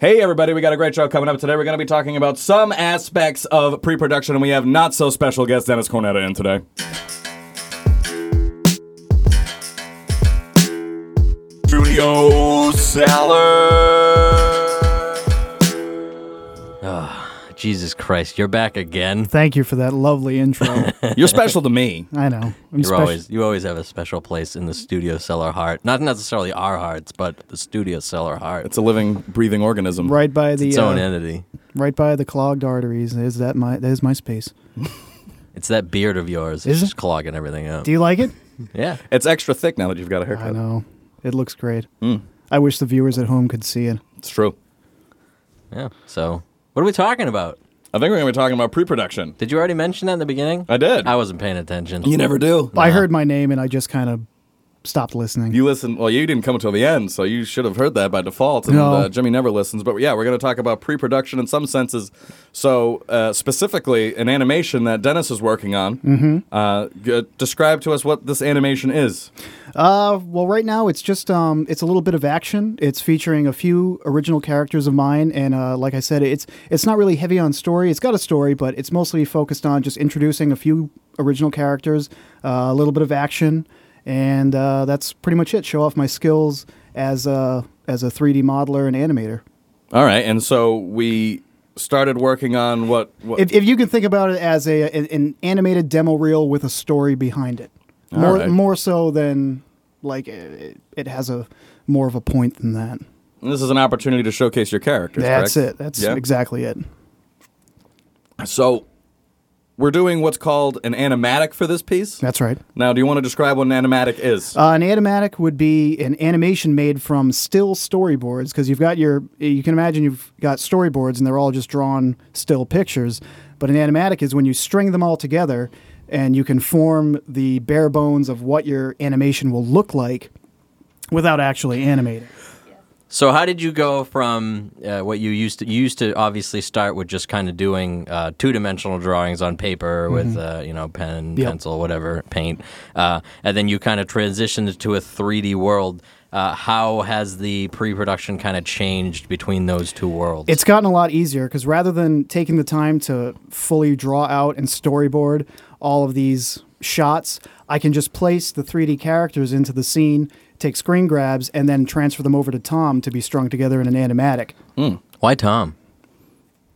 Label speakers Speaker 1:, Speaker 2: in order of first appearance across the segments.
Speaker 1: Hey, everybody, we got a great show coming up today. We're going to be talking about some aspects of pre production, and we have not so special guest Dennis Cornetta in today. Studio Salad.
Speaker 2: Jesus Christ, you're back again.
Speaker 3: Thank you for that lovely intro.
Speaker 1: You're special to me.
Speaker 3: I know. I'm
Speaker 2: You're
Speaker 3: special.
Speaker 2: always you always have a special place in the studio cellar heart. Not necessarily our hearts, but the studio cellar heart. It's
Speaker 1: It's a living, breathing organism.
Speaker 3: right by the
Speaker 2: its own
Speaker 3: uh,
Speaker 2: entity.
Speaker 3: right by the clogged arteries. Is that my that is my space?
Speaker 2: It's that beard of yours. It's
Speaker 3: Is it?
Speaker 2: just clogging everything up.
Speaker 3: Do you like it?
Speaker 2: yeah.
Speaker 1: It's extra thick now that you've got a
Speaker 3: I
Speaker 1: haircut.
Speaker 3: know. It looks great.
Speaker 2: Hmm.
Speaker 3: I wish the viewers at home could see it.
Speaker 1: It's true.
Speaker 2: Yeah. So what are we talking about?
Speaker 1: I think we're going to be talking about pre production.
Speaker 2: Did you already mention that in the beginning?
Speaker 1: I did.
Speaker 2: I wasn't paying attention.
Speaker 1: you never do.
Speaker 3: I heard my name and I just kind of stopped listening.
Speaker 1: You listen. Well, you didn't come until the end, so you should have heard that by default. And
Speaker 3: No.
Speaker 1: uh, Jimmy never listens. But yeah, we're going to talk about pre-production in some senses. So uh, specifically, an animation that Dennis is working on. Mm-hmm. Uh, g- describe to us what this animation is.
Speaker 3: Uh, well, right now it's just um, it's a little bit of action. It's featuring a few original characters of mine, and uh, like I said, it's it's not really heavy on story. It's got a story, but it's mostly focused on just introducing a few original characters, uh, a little bit of action, and uh, that's pretty much it. Show off my skills as a as a 3D modeler and animator.
Speaker 1: All right, and so we started working on what. what
Speaker 3: If, if you can think about it as a an, an animated demo reel with a story behind it, more
Speaker 1: right.
Speaker 3: more so than like it, it has a more of a point than that.
Speaker 1: this is an opportunity to showcase your characters.
Speaker 3: That's
Speaker 1: correct?
Speaker 3: it. That's
Speaker 1: Yeah?
Speaker 3: exactly it.
Speaker 1: So we're doing what's called an animatic for this piece.
Speaker 3: That's right.
Speaker 1: Now, do you want to describe what an animatic is?
Speaker 3: Uh, an animatic would be an animation made from still storyboards because you've got your, you can imagine you've got storyboards and they're all just drawn still pictures. But an animatic is when you string them all together and you can form the bare bones of what your animation will look like without actually animating.
Speaker 2: So how did you go from uh, what you used to you used to obviously start with just kind of doing uh, two dimensional drawings on paper with uh, you know pen,
Speaker 3: Mm-hmm. Yep.
Speaker 2: pencil, whatever, paint, uh, and then you kind of transitioned to a three D world. Uh, how has the pre production kind of changed between those two worlds?
Speaker 3: It's gotten a lot easier because rather than taking the time to fully draw out and storyboard all of these shots, I can just place the 3D characters into the scene, take screen grabs, and then transfer them over to Tom to be strung together in an animatic.
Speaker 2: why Tom?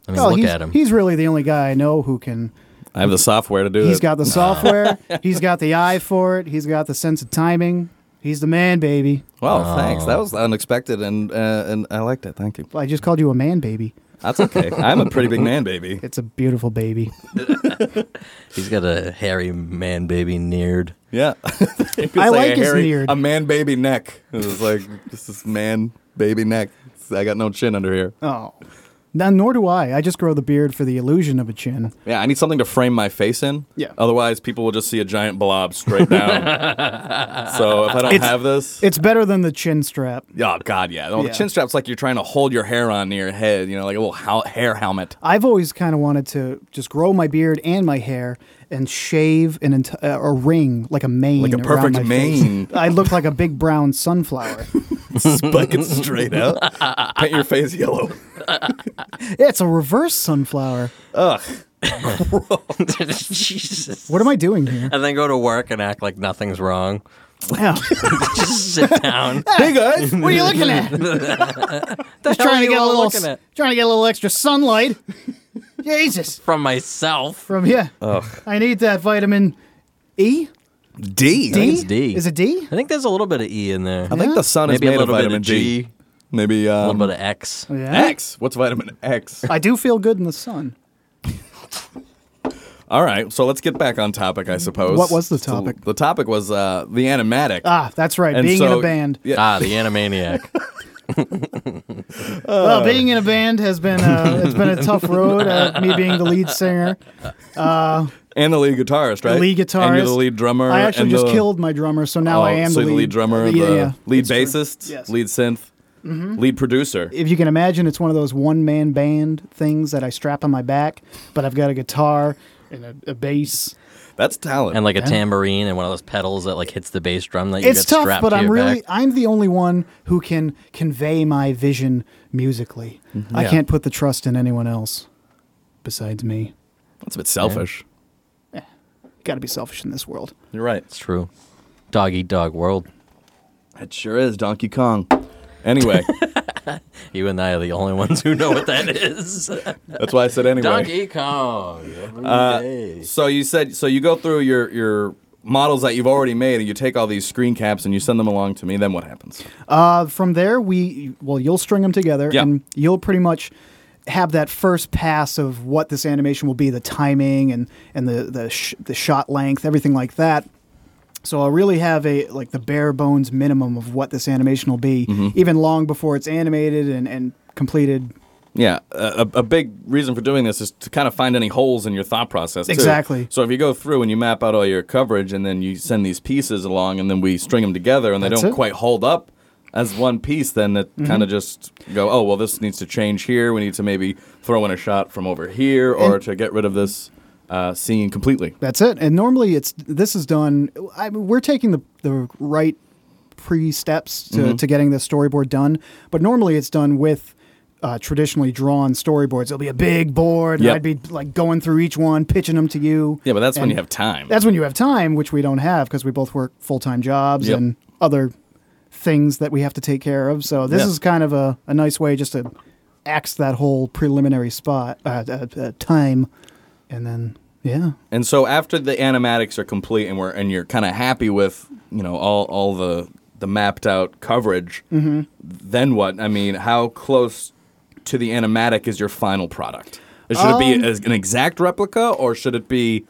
Speaker 2: I mean,
Speaker 3: Oh,
Speaker 2: look
Speaker 3: he's,
Speaker 2: at him.
Speaker 3: He's really the only guy I know who can.
Speaker 1: I have the software to do it.
Speaker 3: He's got the software, he's got the eye for it, he's got the sense of timing. He's the man, baby.
Speaker 1: Well, thanks. That was unexpected, and uh, and I liked it. Thank you.
Speaker 3: I just called you a man, baby.
Speaker 1: That's okay. I'm a pretty big man, baby.
Speaker 3: It's a beautiful baby.
Speaker 2: he's got a hairy man baby neared.
Speaker 1: Yeah, You could
Speaker 3: I
Speaker 1: say
Speaker 3: like
Speaker 1: a
Speaker 3: his
Speaker 1: hairy-
Speaker 3: beard.
Speaker 1: A man, baby neck. It was like this is man, baby neck. It's- I got no chin under here.
Speaker 3: Oh. Now, nor do I. I just grow the beard for the illusion of a chin.
Speaker 1: Yeah, I need something to frame my face in.
Speaker 3: Yeah.
Speaker 1: Otherwise, people will just see a giant blob straight down. so if I don't have this,
Speaker 3: It's better than the chin strap.
Speaker 1: oh god, yeah. Well,
Speaker 3: Yeah.
Speaker 1: The chin strap's like you're trying to hold your hair on to your head. You know, like a little hel- hair helmet.
Speaker 3: I've always kind of wanted to just grow my beard and my hair and shave an ent- uh, a ring like a mane,
Speaker 1: Like a
Speaker 3: around
Speaker 1: perfect
Speaker 3: my face.
Speaker 1: mane.
Speaker 3: I look like a big brown sunflower.
Speaker 1: Spike it straight out. Paint your face yellow.
Speaker 3: it's a reverse sunflower.
Speaker 2: Jesus.
Speaker 3: What am I doing here?
Speaker 2: And then go to work and act like nothing's wrong.
Speaker 3: Wow.
Speaker 2: just sit down.
Speaker 1: Hey guys,
Speaker 3: what are you looking at? just
Speaker 2: hell are
Speaker 3: trying to
Speaker 2: you
Speaker 3: get a
Speaker 2: all
Speaker 3: little
Speaker 2: looking
Speaker 3: s-
Speaker 2: at?
Speaker 3: trying to get a little extra sunlight. Jesus.
Speaker 2: from myself.
Speaker 3: From here. I need that vitamin E.
Speaker 1: D.
Speaker 3: D?
Speaker 2: it's D.
Speaker 3: Is it D?
Speaker 2: I think there's a little bit of E in there.
Speaker 1: I think the sun
Speaker 2: Maybe
Speaker 1: is
Speaker 2: a
Speaker 1: made of
Speaker 2: little bit
Speaker 1: vitamin
Speaker 2: of G,
Speaker 1: G. Maybe
Speaker 2: a
Speaker 1: um,
Speaker 2: little bit of X.
Speaker 3: Yeah.
Speaker 1: X. What's vitamin X?
Speaker 3: I do feel good in the sun.
Speaker 1: All right, so let's get back on topic, I suppose.
Speaker 3: What was the
Speaker 1: So
Speaker 3: topic?
Speaker 1: the topic was uh, the animatic.
Speaker 3: Ah, that's right.
Speaker 1: And
Speaker 3: being in
Speaker 1: so-
Speaker 3: a band.
Speaker 1: Yeah.
Speaker 2: Ah, the Animaniac.
Speaker 1: Uh,
Speaker 3: Well, being in a band has been uh, it's been a tough road. Uh, me being the lead singer,
Speaker 1: and the lead guitarist, right?
Speaker 3: the lead guitarist,
Speaker 1: And you're the lead drummer.
Speaker 3: I actually
Speaker 1: and
Speaker 3: just
Speaker 1: the-
Speaker 3: killed my drummer, so now
Speaker 1: Oh,
Speaker 3: I am
Speaker 1: so you're
Speaker 3: the, lead,
Speaker 1: the lead drummer,
Speaker 3: Yeah,
Speaker 1: the
Speaker 3: yeah,
Speaker 1: lead
Speaker 3: it's true.
Speaker 1: bassist,
Speaker 3: Yes. Mm-hmm.
Speaker 1: lead synth, lead producer.
Speaker 3: If you can imagine, it's one of those one man band things that I strap on my back, but I've got a guitar and a, a bass.
Speaker 1: That's talent.
Speaker 2: and like a tambourine and one of those pedals that like hits the bass drum that you
Speaker 3: it's
Speaker 2: get
Speaker 3: tough,
Speaker 2: strapped
Speaker 3: but
Speaker 2: to
Speaker 3: I'm
Speaker 2: your
Speaker 3: really
Speaker 2: back.
Speaker 3: I'm the only one who can convey my vision musically. I
Speaker 1: Mm-hmm. Yeah.
Speaker 3: can't put the trust in anyone else besides me.
Speaker 1: That's a bit selfish.
Speaker 3: Got to be selfish in this world.
Speaker 1: You're right.
Speaker 2: It's true. Dog eat dog world.
Speaker 1: It sure is Donkey Kong. Anyway,
Speaker 2: You and I are the only ones who know what that is.
Speaker 1: that's why I said anyway.
Speaker 2: Donkey Kong. every
Speaker 1: Uh,
Speaker 2: day.
Speaker 1: So you said so you go through your your models that you've already made and you take all these screen caps and you send them along to me. Then what happens?
Speaker 3: Uh, from there, we well, you'll string them together,
Speaker 1: Yeah.
Speaker 3: and you'll pretty much have that first pass of what this animation will be, the timing and and the the, sh- the shot length, everything like that. So I'll really have a like the bare bones minimum of what this animation will be, even long before it's animated and and completed.
Speaker 1: Yeah, a, a a big reason for doing this is to kind of find any holes in your thought process. too.
Speaker 3: Exactly.
Speaker 1: So if you go through and you map out all your coverage and then you send these pieces along and then we string them together and they
Speaker 3: That's
Speaker 1: don't
Speaker 3: it. Mm-hmm.
Speaker 1: quite hold up as one piece, then it kind of just go, oh well, this needs to change here. We need to maybe throw in a shot from over here or
Speaker 3: And-
Speaker 1: to get rid of this uh, scene completely.
Speaker 3: That's it. And normally it's this is done. I mean, we're taking the the right pre steps
Speaker 1: Mm-hmm.
Speaker 3: to, to getting the storyboard done, but normally it's done with. Uh, traditionally drawn storyboards. There'll be a big board, and
Speaker 1: Yep.
Speaker 3: I'd be like going through each one, pitching them to you.
Speaker 1: Yeah, but that's when
Speaker 3: And
Speaker 1: you have time.
Speaker 3: That's when you have time, which we don't have because we both work full time jobs
Speaker 1: Yep.
Speaker 3: and other things that we have to take care of. So this
Speaker 1: Yeah.
Speaker 3: is kind of a, a nice way just to axe that whole preliminary spot uh, uh, uh, time, and then yeah,
Speaker 1: And so after the animatics are complete and we're and you're kind of happy with you know all all the the mapped out coverage, then what? I mean, how close to the animatic is your final product? Should it be as an exact replica or should it be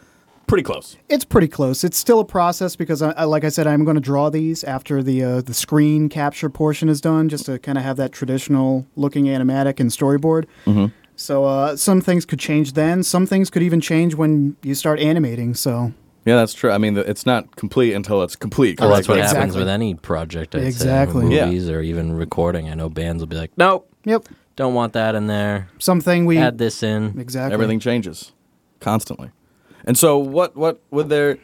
Speaker 1: pretty close?
Speaker 3: It's pretty close. It's still a process because, I, I, like I said, I'm going to draw these after the uh, the screen capture portion is done, just to kind of have that traditional looking animatic and storyboard.
Speaker 2: Mm-hmm.
Speaker 3: So uh, some things could change then. Some things could even change when you start animating. So
Speaker 1: Yeah, that's true. I mean, the- it's not complete until it's complete.
Speaker 2: Well, that's what
Speaker 1: correct?
Speaker 2: happens
Speaker 3: Exactly.
Speaker 2: with any project. I'd
Speaker 3: Exactly.
Speaker 2: Say,
Speaker 1: Yeah.
Speaker 2: movies or even recording. I know bands will be like, nope,
Speaker 3: yep,
Speaker 2: don't want that in there.
Speaker 3: something we
Speaker 2: Add this in.
Speaker 3: exactly
Speaker 1: Everything changes constantly. And so what what would there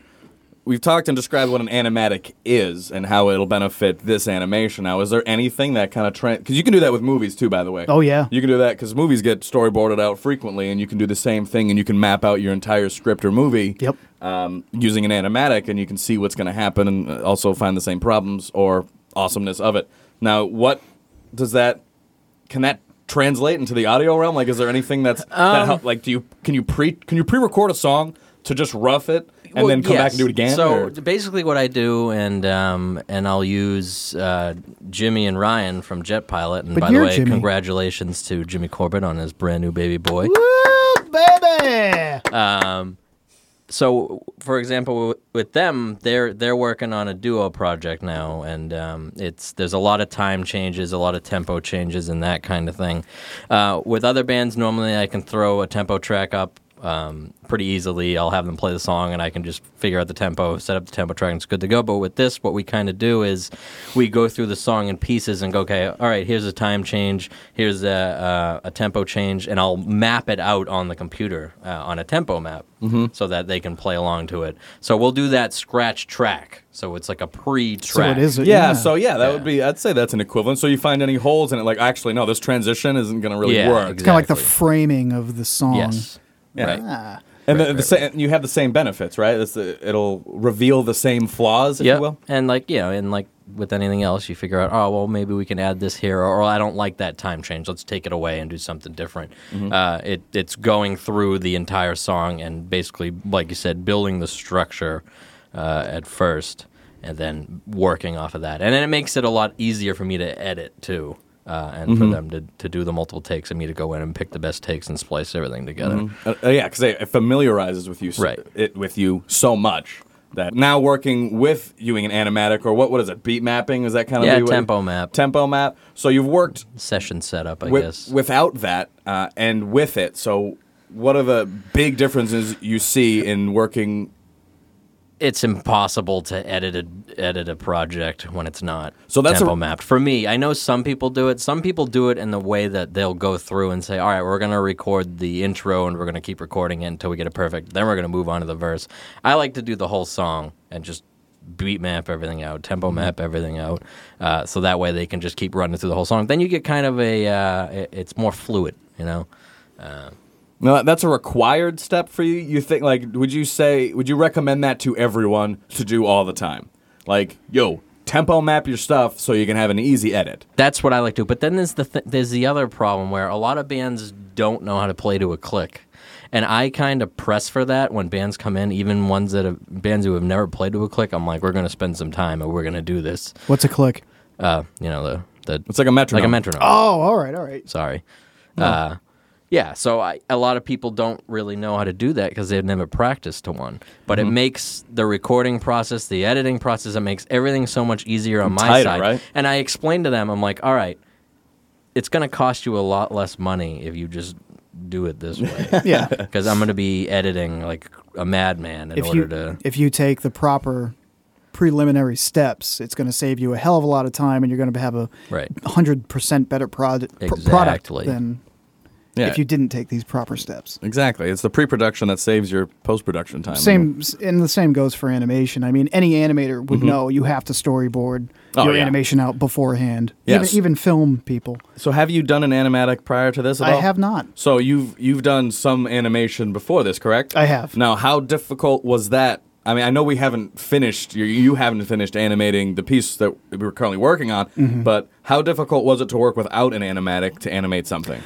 Speaker 1: we've talked and described what an animatic is and how it'll benefit this animation. Now, is there anything that kind of trend cuz you can do that with movies too by the way.
Speaker 3: Oh, yeah.
Speaker 1: You can do that cuz movies get storyboarded out frequently and you can do the same thing and you can map out your entire script or movie
Speaker 3: Yep.
Speaker 1: um, using an animatic and you can see what's going to happen and uh, also find the same problems or awesomeness of it. Now, what does that can that translate into the audio realm? Like, is there anything that's
Speaker 2: Um,
Speaker 1: that help, like do you can you pre can you pre-record a song to just rough it and
Speaker 2: Well,
Speaker 1: then come back
Speaker 2: yes.
Speaker 1: and do it again?
Speaker 2: So
Speaker 1: or-
Speaker 2: basically, what I do, and um, and I'll use uh, Jimmy and Ryan from Jet Pilot. And
Speaker 3: But
Speaker 2: by the
Speaker 3: you're
Speaker 2: way,
Speaker 3: Jimmy.
Speaker 2: congratulations to Jimmy Corbett on his brand new baby boy. Um,
Speaker 3: Woo, baby.
Speaker 2: so for example w- with them they're they're working on a duo project now and um, it's there's a lot of time changes a lot of tempo changes and that kind of thing uh, with other bands normally i can throw a tempo track up um, pretty easily i'll have them play the song and i can just figure out the tempo set up the tempo track and it's good to go but with this what we kind of do is we go through the song in pieces and go okay all right here's a time change here's a, uh, a tempo change and i'll map it out on the computer uh, on a tempo map
Speaker 3: Mm-hmm.
Speaker 2: so that they can play along to it so we'll do that scratch track so it's like a
Speaker 3: so
Speaker 2: pre-track
Speaker 3: it is. a-
Speaker 1: yeah, so yeah, that would be. I'd say that's an equivalent. So you find any holes in it, like actually, no, this transition isn't going to really
Speaker 2: Yeah,
Speaker 1: work.
Speaker 3: It's kind of like the
Speaker 2: exactly.
Speaker 3: framing of the song.
Speaker 2: yes
Speaker 1: Yeah.
Speaker 2: right
Speaker 3: Ah.
Speaker 1: And
Speaker 2: Right,
Speaker 1: the, the
Speaker 2: right,
Speaker 1: sa- and you have the same benefits, right? It's the, it'll reveal the same flaws, if
Speaker 2: Yeah,
Speaker 1: you will.
Speaker 2: and like you know, and like with anything else, you figure out, oh well, maybe we can add this here, or, "Oh, I don't like that time change. Let's take it away and do something different.
Speaker 1: Mm-hmm.
Speaker 2: Uh, it it's going through the entire song and basically, like you said, building the structure uh, at first, and then working off of that, and then it makes it a lot easier for me to edit too. Uh, and
Speaker 1: Mm-hmm.
Speaker 2: for them to, to do the multiple takes and me to go in and pick the best takes and splice everything together.
Speaker 1: Uh, uh, yeah, because it it familiarizes with you, s-
Speaker 2: Right.
Speaker 1: it with you so much that now working with you in an animatic or what what is it beat mapping is that kind of
Speaker 2: Yeah,
Speaker 1: the-
Speaker 2: tempo map.
Speaker 1: tempo map. So you've worked
Speaker 2: Session setup, I
Speaker 1: wi-
Speaker 2: guess.
Speaker 1: without that uh, and with it. So what are the big differences you see in working
Speaker 2: it's impossible to edit a edit a project when it's not
Speaker 1: So that's a-
Speaker 2: tempo mapped. For me, I know some people do it. Some people do it in the way that they'll go through and say, "All right, we're going to record the intro and we're going to keep recording it until we get it perfect. Then we're going to move on to the verse." I like to do the whole song and just beat map everything out, tempo
Speaker 1: Mm-hmm.
Speaker 2: map everything out, uh, so that way they can just keep running through the whole song. Then you get kind of a uh, it- it's more fluid, you know.
Speaker 1: No, that's a required step for you. You think like would you say would you recommend that to everyone to do all the time? Like, yo, tempo map your stuff so you can have an easy edit.
Speaker 2: That's what I like to. do. But then there's the th- there's the other problem where a lot of bands don't know how to play to a click, and I kind of press for that when bands come in, even ones that have bands who have never played to a click. I'm like, we're gonna spend some time and we're gonna do this.
Speaker 3: What's a click?
Speaker 2: Uh, you know the the
Speaker 1: It's like a metronome.
Speaker 2: like a metronome.
Speaker 3: Oh, all right, all right.
Speaker 2: Sorry. Uh, yeah, so I, a lot of people don't really know how to do that because they've never practiced to one. But it makes the recording process, the editing process, it makes everything so much easier on my
Speaker 1: tighter,
Speaker 2: side.
Speaker 1: right?
Speaker 2: And I explained to them, I'm like, all right, it's going to cost you a lot less money if you just do it this way.
Speaker 3: Yeah.
Speaker 2: Because I'm going to be editing like a madman in
Speaker 3: if
Speaker 2: order
Speaker 3: you
Speaker 2: to.
Speaker 3: if you take the proper preliminary steps, it's going to save you a hell of a lot of time, and you're going to have a
Speaker 2: Right.
Speaker 3: hundred percent better prod- pr- product
Speaker 2: Exactly.
Speaker 3: than
Speaker 1: Yeah.
Speaker 3: if you didn't take these proper steps.
Speaker 1: Exactly. It's the pre-production that saves your post-production time.
Speaker 3: Same and the same goes for animation. I mean, any animator would know you have to storyboard
Speaker 1: Mm-hmm. Oh,
Speaker 3: your
Speaker 1: yeah.
Speaker 3: animation out beforehand.
Speaker 1: Yes.
Speaker 3: Even even film people.
Speaker 1: So have you done an animatic prior to this at
Speaker 3: I
Speaker 1: all?
Speaker 3: have not.
Speaker 1: So you've you've done some animation before this, correct?
Speaker 3: I have.
Speaker 1: Now, how difficult was that? I mean, I know we haven't finished. You, you haven't finished animating the piece that we were currently working on,
Speaker 3: Mm-hmm.
Speaker 1: but how difficult was it to work without an animatic to animate something?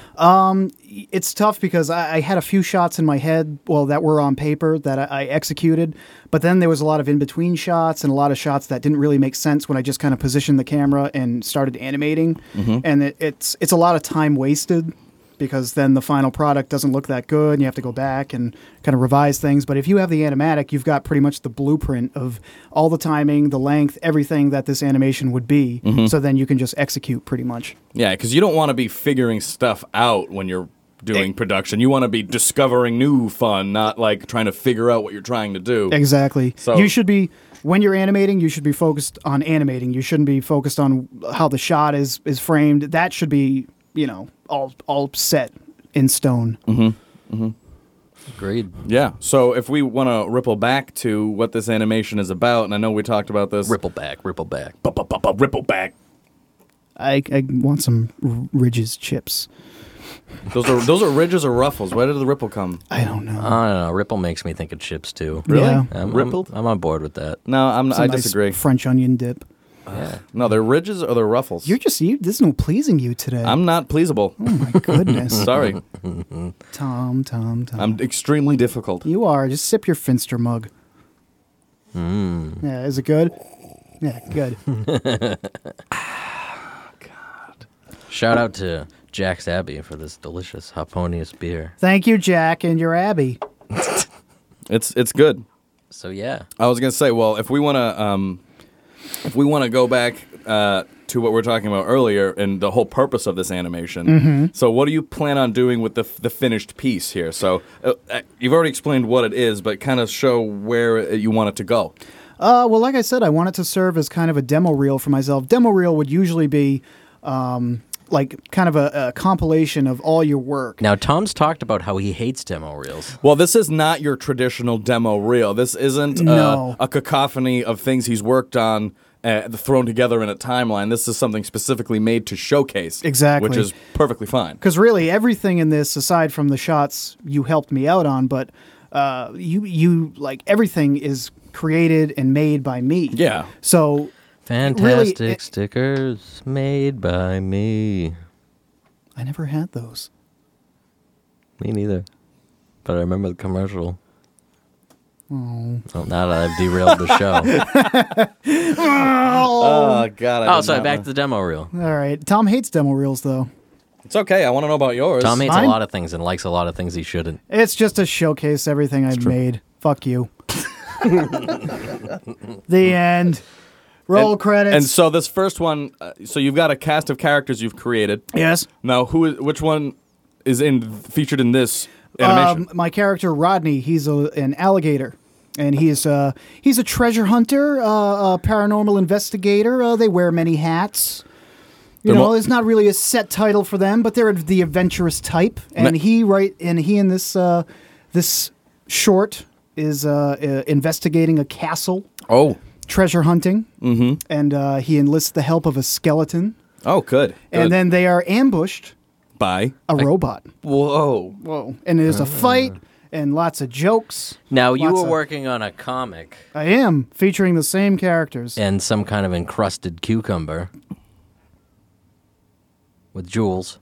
Speaker 3: it's tough because I, I had a few shots in my head, well, that were on paper that I, I executed, but then there was a lot of in between shots and a lot of shots that didn't really make sense when I just kind of positioned the camera and started animating, and it, it's it's a lot of time wasted because then the final product doesn't look that good and you have to go back and kind of revise things but if you have the animatic you've got pretty much the blueprint of all the timing the length everything that this animation would be so then you can just execute pretty much
Speaker 1: Yeah, because you don't want to be figuring stuff out when you're
Speaker 3: Eh.
Speaker 1: doing production. You want to be discovering new fun, not like trying to figure out what you're trying to do.
Speaker 3: Exactly.
Speaker 1: So-
Speaker 3: you should be when you're animating, you should be focused on animating. You shouldn't be focused on how the shot is is framed. That should be, you know, all all set in stone.
Speaker 1: Mm-hmm.
Speaker 2: Agreed.
Speaker 1: Yeah. So if we want to ripple back to what this animation is about, and I know we talked about this.
Speaker 2: Ripple back, ripple back.
Speaker 1: Ba-ba-ba-ba, Ripple back.
Speaker 3: I, I want some R- Ridges chips.
Speaker 1: Those are those are ridges or ruffles. Where did the ripple come?
Speaker 3: I don't know.
Speaker 1: Uh,
Speaker 2: I don't know. Ripple makes me think of chips too.
Speaker 3: Really? Yeah.
Speaker 2: I'm,
Speaker 1: Ripple?
Speaker 2: I'm, I'm on board with that.
Speaker 1: No, I'm,
Speaker 3: Some
Speaker 1: I
Speaker 3: nice
Speaker 1: disagree.
Speaker 3: French onion dip.
Speaker 2: yeah.
Speaker 1: No, they're ridges or they're ruffles.
Speaker 3: You're just you. Hmm. There's no pleasing you today.
Speaker 1: I'm not pleasable.
Speaker 3: My goodness,
Speaker 1: Sorry,
Speaker 3: Tom, Tom, Tom.
Speaker 1: I'm extremely difficult.
Speaker 3: you are. Just sip your Finster mug.
Speaker 1: Mm.
Speaker 3: Yeah, is it good? Yeah, good.
Speaker 2: Shout out to Jack's Abbey for this delicious Hoponius beer.
Speaker 3: Thank you, Jack, and your Abby.
Speaker 1: It's it's good.
Speaker 2: So yeah,
Speaker 1: I was gonna say, well, if we wanna um, if we wanna go back uh, to what we are talking about earlier and the whole purpose of this animation.
Speaker 3: Mm-hmm.
Speaker 1: So, what do you plan on doing with the the finished piece here? So, uh, uh, you've already explained what it is, but kind of show where uh, you want it to go.
Speaker 3: Uh, well, like I said, I want it to serve as kind of a demo reel for myself. Demo reel would usually be um, like kind of a, a compilation of all your work.
Speaker 2: now Tom's talked about how he hates demo reels.
Speaker 1: Well, this is not your traditional demo reel. This isn't uh,
Speaker 3: No.
Speaker 1: a cacophony of things he's worked on uh, thrown together in a timeline. This is something specifically made to showcase.
Speaker 3: Exactly.
Speaker 1: Which is perfectly fine.
Speaker 3: Because really, everything in this, aside from the shots you helped me out on, but uh, you you like everything is created and made by me.
Speaker 1: Yeah.
Speaker 3: So
Speaker 2: Fantastic
Speaker 3: it-
Speaker 2: stickers made by me.
Speaker 3: I never had those.
Speaker 2: Me neither, but I remember the commercial. Oh, now that I've derailed the show.
Speaker 1: Oh, God. I
Speaker 2: oh,
Speaker 1: did
Speaker 2: sorry,
Speaker 1: not
Speaker 2: back
Speaker 1: know.
Speaker 2: to the demo reel.
Speaker 3: All right, Tom hates demo reels though.
Speaker 1: It's okay. I want to know about yours.
Speaker 2: Tom hates
Speaker 3: Mine-
Speaker 2: a lot of things and likes a lot of things he shouldn't.
Speaker 3: It's just to showcase everything I've made. Fuck you. the end. Roll
Speaker 1: and,
Speaker 3: credits.
Speaker 1: And so this first one, uh, so you've got a cast of characters you've created.
Speaker 3: yes.
Speaker 1: Now, who? Is, which one is in featured in this animation?
Speaker 3: Um, my character Rodney, he's a, an alligator. and he's uh, he's a treasure hunter, uh, a paranormal investigator. Uh, they wear many hats. You
Speaker 1: They're
Speaker 3: know,
Speaker 1: mo-
Speaker 3: it's not really a set title for them, but they're the adventurous type. And
Speaker 1: Ma-
Speaker 3: he right and he in this uh, this short is uh, uh, investigating a castle,
Speaker 1: Oh,
Speaker 3: treasure hunting, mm-hmm. and uh, he enlists the help of a skeleton.
Speaker 1: oh, good.
Speaker 3: And
Speaker 1: Good.
Speaker 3: then they are ambushed
Speaker 1: bye.
Speaker 3: a robot.
Speaker 1: Whoa.
Speaker 3: Whoa! And there's a fight and lots of jokes.
Speaker 2: Now you
Speaker 3: Lots
Speaker 2: were
Speaker 3: of-
Speaker 2: working on a comic
Speaker 3: I am featuring the same characters.
Speaker 2: and some kind of encrusted cucumber with jewels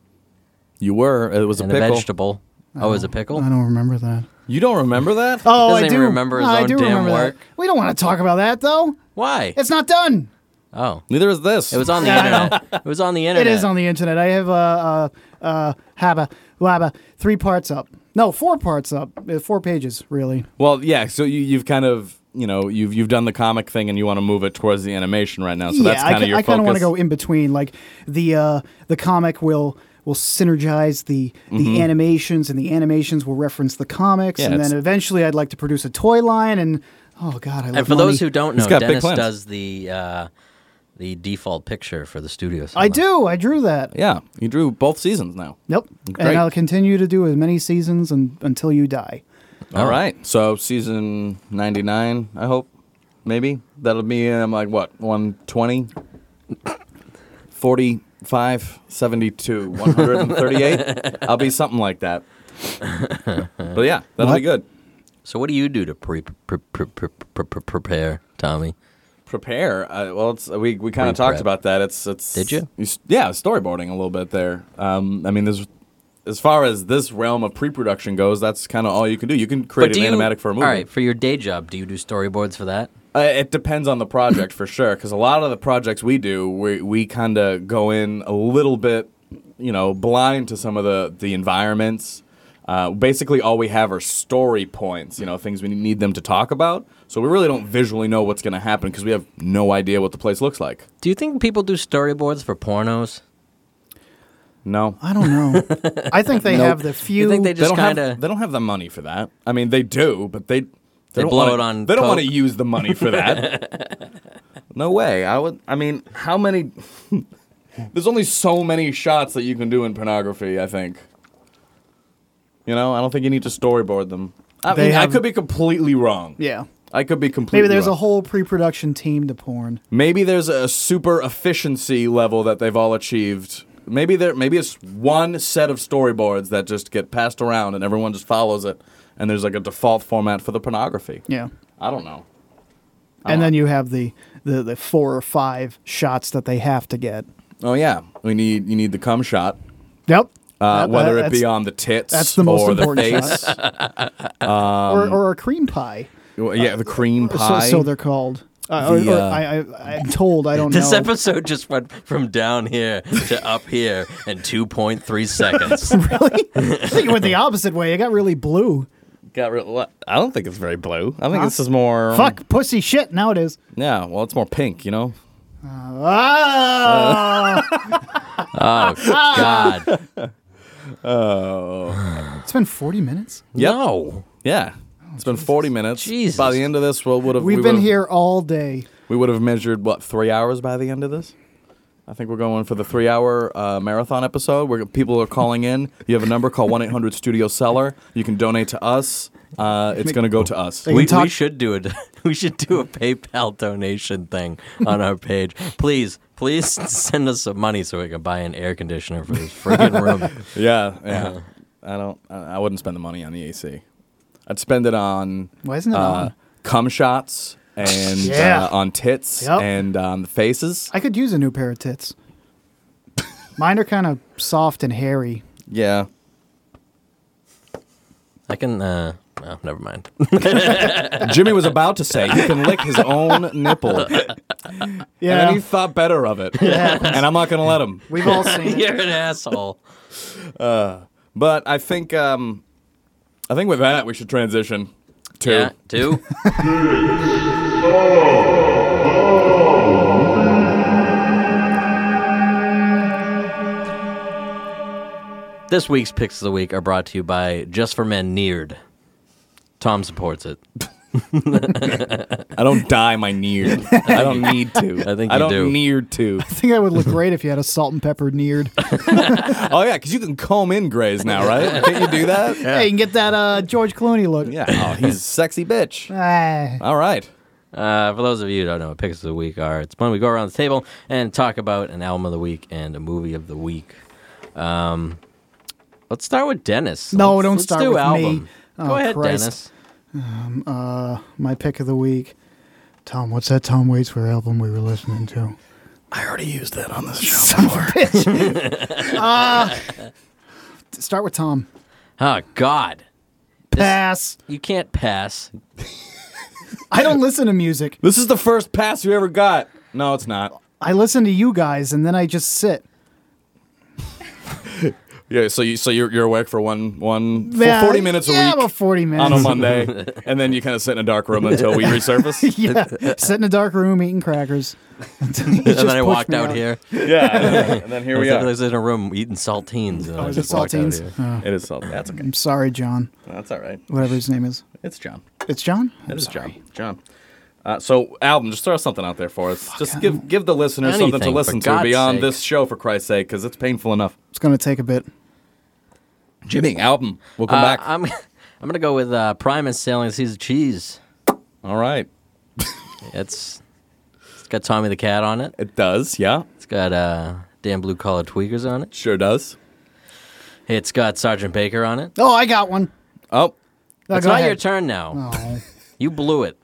Speaker 1: You were. It was a
Speaker 2: and a
Speaker 1: pickle.
Speaker 2: vegetable. Oh, is a pickle?
Speaker 3: I don't remember that.
Speaker 1: You don't remember that?
Speaker 3: Oh,
Speaker 2: Doesn't
Speaker 3: I
Speaker 2: even
Speaker 3: do
Speaker 2: remember his
Speaker 3: I
Speaker 2: own
Speaker 3: do
Speaker 2: damn
Speaker 3: remember
Speaker 2: work.
Speaker 3: That. We don't want to talk about that though.
Speaker 2: Why?
Speaker 3: It's not done.
Speaker 2: oh,
Speaker 1: Neither is this.
Speaker 2: it was on the
Speaker 3: Yeah, I know.
Speaker 2: internet. It was on the
Speaker 3: It
Speaker 2: internet.
Speaker 3: is on the internet. I have uh, uh, uh, haba waba three parts up. No, four parts up. Uh, Four pages really.
Speaker 1: Well, yeah. So you, you've kind of, you know, you've you've done the comic thing, and you want to move it towards the animation right now. So
Speaker 3: yeah,
Speaker 1: that's kind
Speaker 3: I,
Speaker 1: of
Speaker 3: ki-
Speaker 1: your
Speaker 3: I
Speaker 1: focus.
Speaker 3: kind of want to go in between. Like the uh, the comic will will synergize the the
Speaker 2: Mm-hmm.
Speaker 3: animations, and the animations will reference the comics,
Speaker 1: Yeah,
Speaker 3: and
Speaker 1: it's-
Speaker 3: then eventually I'd like to produce a toy line. And oh god, I love
Speaker 2: And for
Speaker 3: money.
Speaker 2: those who don't know,
Speaker 1: got big
Speaker 2: Dennis
Speaker 1: plans.
Speaker 2: does the uh, the default picture for the studio.
Speaker 3: I
Speaker 2: select.
Speaker 3: do, I drew that.
Speaker 1: Yeah, you drew both seasons now.
Speaker 3: Nope.
Speaker 1: Great.
Speaker 3: And I'll continue to do as many seasons un until you die.
Speaker 2: Oh.
Speaker 1: All right. So season ninety nine, I hope, maybe that'll be. um like what one twenty, forty five, seventy two, one hundred and thirty eight. I'll be something like that. But yeah, that'll be good.
Speaker 2: So what do you do to pre- pre- pre- pre- pre- pre- prepare, Tommy?
Speaker 1: prepare. Uh, well, it's, we we kind of
Speaker 2: Pre-prep.
Speaker 1: talked about that. It's it's.
Speaker 2: Did you?
Speaker 1: s- yeah, storyboarding a little bit there. Um, I mean, there's as far as this realm of pre-production goes, that's kind of all you can do. You can
Speaker 2: But
Speaker 1: create an
Speaker 2: do you-
Speaker 1: animatic for a movie.
Speaker 2: All right, for your day job, do you do storyboards for that?
Speaker 1: Uh, it depends on the project for sure, because a lot of the projects we do, we we kind of go in a little bit, you know, blind to some of the the environments. Uh, basically, all we have are story points, you know, things we need them to talk about. So we really don't visually know what's going to happen because we have no idea what the place looks like.
Speaker 2: Do you think people do storyboards for pornos?
Speaker 1: No,
Speaker 3: I don't know. I think they have the few.
Speaker 2: You think they
Speaker 1: they
Speaker 2: just
Speaker 1: don't
Speaker 2: kind
Speaker 1: have
Speaker 2: of
Speaker 1: they don't have the money for that. I mean, they do, but they they, don't
Speaker 2: blow
Speaker 1: wanna-
Speaker 2: it on
Speaker 1: They don't want to
Speaker 2: Coke.
Speaker 1: use the money for that. no way. I would. I mean, how many? There's only so many shots that you can do in pornography. I think. You know, I don't think you need to storyboard them. I
Speaker 3: They
Speaker 1: mean, I
Speaker 3: have-
Speaker 1: could be completely wrong.
Speaker 3: yeah.
Speaker 1: I could be completely.
Speaker 3: Maybe there's
Speaker 1: wrong.
Speaker 3: a whole pre-production team to porn.
Speaker 1: Maybe there's a super efficiency level that they've all achieved. Maybe there maybe it's one set of storyboards that just get passed around and everyone just follows it and there's like a default format for the pornography.
Speaker 3: Yeah.
Speaker 1: I don't know. Uh-huh.
Speaker 3: And then you have the, the the four or five shots that they have to get.
Speaker 1: Oh yeah. We need you need the cum shot.
Speaker 3: Yep.
Speaker 1: Uh,
Speaker 3: Yep,
Speaker 1: whether it
Speaker 3: that's-
Speaker 1: be on the tits
Speaker 3: that's the most
Speaker 1: or the
Speaker 3: important
Speaker 1: face.
Speaker 3: or, or a cream pie.
Speaker 1: Well, yeah, the cream
Speaker 3: So-
Speaker 1: um, pie.
Speaker 3: So, they're called. Uh, or-
Speaker 1: The,
Speaker 3: or
Speaker 1: uh,
Speaker 3: I, I, I'm told. I don't
Speaker 2: this
Speaker 3: know.
Speaker 2: episode just went from down here to up here in 2.3 seconds.
Speaker 3: I think it went the opposite way. It got really blue.
Speaker 1: Got real, what- I don't think it's very blue. I think this is more um,
Speaker 3: Fuck pussy shit. Now it is.
Speaker 1: Yeah, well it's more pink, you know? Uh.
Speaker 3: Ah!
Speaker 2: Oh God!
Speaker 3: it's been 40 minutes.
Speaker 2: No.
Speaker 1: Yeah. It's been 40 minutes.
Speaker 2: Jesus.
Speaker 1: By the end of this, we'll would have
Speaker 3: We've
Speaker 1: we
Speaker 3: been
Speaker 1: would've-
Speaker 3: here all day.
Speaker 1: We would have measured what three hours by the end of this. I think we're going for the three-hour uh, marathon episode where people are calling in. You have a number, call one eight hundred Studio Seller. You can donate to us. Uh, it's going to go to us.
Speaker 3: They
Speaker 2: We,
Speaker 3: can talk-
Speaker 2: we should do it. We should do a PayPal donation thing on our page. Please, please send us some money so we can buy an air conditioner for this freaking room.
Speaker 1: Yeah,
Speaker 3: Uh-huh.
Speaker 1: yeah. I don't. I I wouldn't spend the money on the AC. I'd spend it on.
Speaker 3: Why isn't it
Speaker 1: uh,
Speaker 3: on?
Speaker 1: Cum shots and
Speaker 3: Yeah.
Speaker 1: uh, on tits
Speaker 3: Yep.
Speaker 1: and on the faces.
Speaker 3: I could use a new pair of tits. Mine are kind of soft and hairy.
Speaker 1: Yeah.
Speaker 2: I can. Uh, oh, never mind.
Speaker 1: Jimmy was about to say he can lick his own nipple. And
Speaker 3: Yeah,
Speaker 1: then he thought better of it. and I'm not going to let him.
Speaker 3: we've all seen it.
Speaker 2: You're an asshole.
Speaker 1: But I think um, I think with that we should transition to
Speaker 2: Yeah, two. This week's picks of the week are brought to you by Just for Men Neared. Tom supports it.
Speaker 1: I don't dye my near. I don't need to.
Speaker 2: I think
Speaker 1: I
Speaker 2: you
Speaker 1: don't
Speaker 2: do.
Speaker 1: need to.
Speaker 3: I think I would look great if you had a salt and pepper neared.
Speaker 1: Oh yeah, because you can comb in grays now, right? Can't you do that?
Speaker 3: Hey, you can get that uh, George Clooney look.
Speaker 1: Yeah. Oh, he's a sexy bitch.
Speaker 3: Ah.
Speaker 1: All right.
Speaker 2: Uh, for those of you who don't know what picks of the week are, it's when we go around the table and talk about an album of the week and a movie of the week. Um, let's start with Dennis.
Speaker 3: No,
Speaker 2: Let's-
Speaker 3: don't
Speaker 2: let's
Speaker 3: start
Speaker 2: do
Speaker 3: with
Speaker 2: album.
Speaker 3: me.
Speaker 2: Go
Speaker 3: Oh,
Speaker 2: ahead,
Speaker 3: Christ.
Speaker 2: Dennis.
Speaker 3: Uh, my pick of the week. Tom, what's that Tom Waitswear album we were listening to?
Speaker 1: I already used that on this show.
Speaker 3: Son of a bitch. uh, start with Tom.
Speaker 2: Oh God,
Speaker 3: Pass.
Speaker 2: you can't pass.
Speaker 3: I don't listen to music.
Speaker 1: This is the first pass you ever got. No, it's not.
Speaker 3: I listen to you guys and then I just sit.
Speaker 1: Yeah. So you so you're, you're awake for one one for
Speaker 3: Yeah,
Speaker 1: forty minutes a
Speaker 3: yeah,
Speaker 1: week
Speaker 3: about 40
Speaker 1: on
Speaker 3: minutes.
Speaker 1: a Monday, and then you kind of sit in a dark room until we resurface.
Speaker 3: yeah. Sit in a dark room eating crackers. and
Speaker 2: uh, and then I walked out, here.
Speaker 1: yeah. And then, and then here
Speaker 2: I was,
Speaker 1: we
Speaker 2: in- I
Speaker 1: are.
Speaker 2: was in a room eating saltines. And I
Speaker 3: Oh, is it
Speaker 2: just walked out
Speaker 3: saltines?
Speaker 2: here.
Speaker 3: Oh,
Speaker 1: It is salt. That's okay.
Speaker 3: I'm sorry, John.
Speaker 1: That's all right.
Speaker 3: Whatever his name is.
Speaker 1: It's John.
Speaker 3: It's John?
Speaker 1: That is John. John. Uh, so, album, just throw something out there for us. just give give the listeners something
Speaker 2: Anything,
Speaker 1: to
Speaker 2: for
Speaker 1: listen to
Speaker 2: God's
Speaker 1: beyond
Speaker 2: sake.
Speaker 1: this show, for Christ's sake, because it's painful enough.
Speaker 3: It's going to take a bit.
Speaker 1: Jimmy, album. We'll come
Speaker 2: Uh,
Speaker 1: back.
Speaker 2: I'm I'm gonna go with uh, Primus sailing the seas of cheese.
Speaker 1: All right.
Speaker 2: It's it's got Tommy the Cat on it.
Speaker 1: It does, yeah.
Speaker 2: It's got uh, damn blue collar tweakers on it.
Speaker 1: Sure does.
Speaker 2: It's got Sergeant Baker on it.
Speaker 3: Oh, I got one.
Speaker 1: Oh,
Speaker 3: No,
Speaker 2: it's
Speaker 3: go
Speaker 2: not
Speaker 3: ahead.
Speaker 2: your turn now.
Speaker 3: Oh.
Speaker 2: You blew it.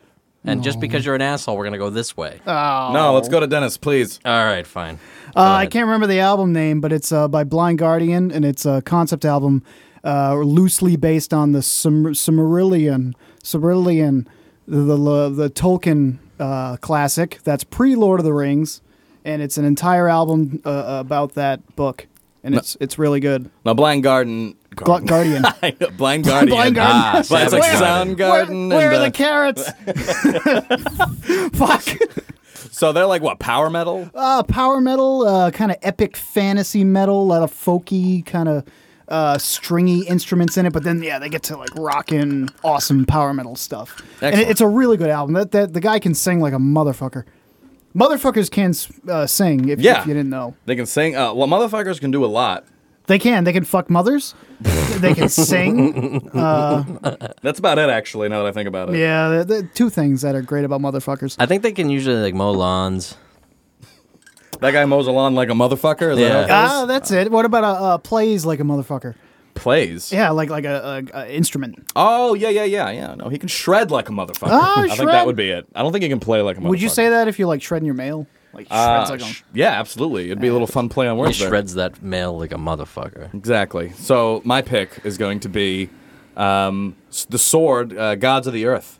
Speaker 2: And just because you're an asshole, we're gonna go this way.
Speaker 3: Oh,
Speaker 1: no, let's go to Dennis, please.
Speaker 2: All right, fine. Go
Speaker 3: Uh, I
Speaker 2: ahead.
Speaker 3: can't remember the album name, but it's uh, by Blind Guardian, and it's a concept album uh, loosely based on the Sum- Sumerillion, Sumerillion, the the, the Tolkien uh, classic. That's pre Lord of the Rings, and it's an entire album uh, about that book, and it's it's really good.
Speaker 1: Now, Blind Garden.
Speaker 3: Gla- Guardian.
Speaker 1: Blind Guardian.
Speaker 3: Blind Garden.
Speaker 2: Ah,
Speaker 1: But it's like
Speaker 2: Savage
Speaker 1: Sound Garden.
Speaker 3: where, where
Speaker 1: and
Speaker 3: are the
Speaker 1: the-
Speaker 3: carrots? Fuck.
Speaker 1: so they're like, what, power metal?
Speaker 3: Uh, power metal, uh, kind of epic fantasy metal, a lot of folky kind of uh, stringy instruments in it. But then, yeah, they get to like rockin' awesome power metal stuff. And it-
Speaker 1: Excellent.
Speaker 3: it's a really good album. That, that the guy can sing like a motherfucker. Motherfuckers can s- uh, sing. If,
Speaker 1: Yeah.
Speaker 3: if you didn't know,
Speaker 1: They can sing. Uh, well, motherfuckers can do a lot.
Speaker 3: they can. They can fuck mothers. they can sing.
Speaker 1: That's about it, actually, now that I think about it.
Speaker 3: Yeah, the, the two things that are great about motherfuckers.
Speaker 2: I think they can usually like mow lawns.
Speaker 1: That guy mows a lawn like a motherfucker. Is that
Speaker 2: Yeah.
Speaker 1: how it
Speaker 3: Ah, that's it. What about uh, uh, plays like a motherfucker?
Speaker 1: plays?
Speaker 3: Yeah, like like a, a, a instrument.
Speaker 1: Oh yeah, yeah, yeah, yeah. No, he can shred like a motherfucker. I think
Speaker 3: Ah, shred.
Speaker 1: that would be it. I don't think he can play like a motherfucker.
Speaker 3: Would you say that if you like shredding your mail? Like shreds
Speaker 1: Uh,
Speaker 3: like 'em.
Speaker 1: sh- yeah, absolutely. It'd be a little fun play on
Speaker 2: He
Speaker 1: words. there.
Speaker 2: shreds that mail like a motherfucker.
Speaker 1: Exactly. So my pick is going to be um, s- the sword, uh, Gods of the Earth,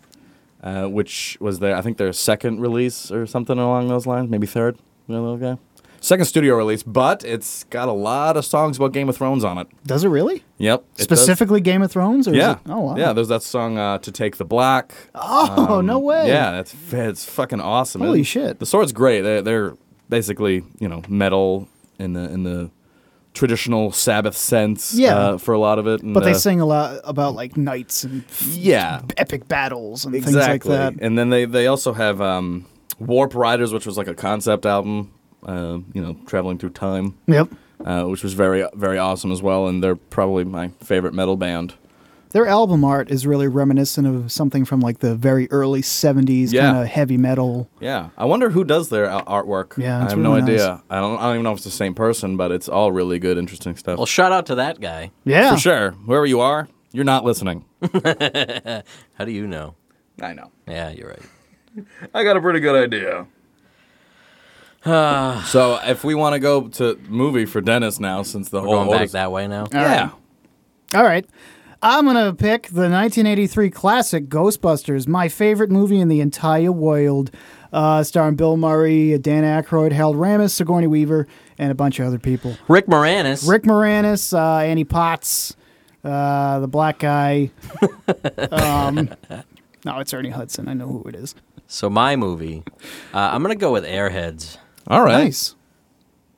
Speaker 1: uh, which was their I think their second release or something along those lines, maybe third. You know, little guy. Second studio release, but it's got a lot of songs about Game of Thrones on it.
Speaker 3: Does it really?
Speaker 1: Yep. it does.
Speaker 3: Specifically Game of Thrones? Or Is
Speaker 1: Yeah.
Speaker 3: it? Oh, wow.
Speaker 1: Yeah. There's that song uh, "To Take the Black."
Speaker 3: oh, no way.
Speaker 1: Yeah, that's f- it's fucking awesome.
Speaker 3: Holy
Speaker 1: And
Speaker 3: shit.
Speaker 1: The sword's great. They're, they're basically you know metal in the in the traditional Sabbath sense.
Speaker 3: Yeah.
Speaker 1: uh, for a lot of it. And,
Speaker 3: But they
Speaker 1: uh,
Speaker 3: sing a lot about like knights and f-
Speaker 1: yeah,
Speaker 3: epic battles and
Speaker 1: exactly.
Speaker 3: things like that.
Speaker 1: And then they they also have um, Warp Riders, which was like a concept album. Uh, you know, traveling through time,
Speaker 3: Yep.
Speaker 1: uh, which was very very awesome as well. And they're probably my favorite metal band.
Speaker 3: Their album art is really reminiscent of something from like the very early 70s
Speaker 1: Yeah.
Speaker 3: kind of heavy metal.
Speaker 1: Yeah, I wonder who does their a- artwork.
Speaker 3: Yeah,
Speaker 1: I
Speaker 3: it's
Speaker 1: have no
Speaker 3: really nice.
Speaker 1: idea. I don't. I don't even know if it's the same person, but it's all really good, interesting stuff.
Speaker 2: Well, shout out to that guy.
Speaker 3: Yeah.
Speaker 1: For sure. Whoever you are, you're not listening.
Speaker 2: How do you know?
Speaker 1: I know.
Speaker 2: Yeah, you're right.
Speaker 1: I got a pretty good idea. so if we want to go to movie for Dennis now, since the whole
Speaker 2: Going back
Speaker 1: Otis-
Speaker 2: that way now.
Speaker 1: yeah,
Speaker 3: All right. I'm going to pick the 1983 classic Ghostbusters, my favorite movie in the entire world, uh, starring Bill Murray, Dan Aykroyd, Harold Ramis, Sigourney Weaver, and a bunch of other people.
Speaker 2: Rick Moranis.
Speaker 3: Rick Moranis, uh, Annie Potts, uh, the black guy. um, no, it's Ernie Hudson. I know who it is.
Speaker 2: So my movie, uh, I'm gonna go with Airheads
Speaker 1: all right.
Speaker 3: Nice.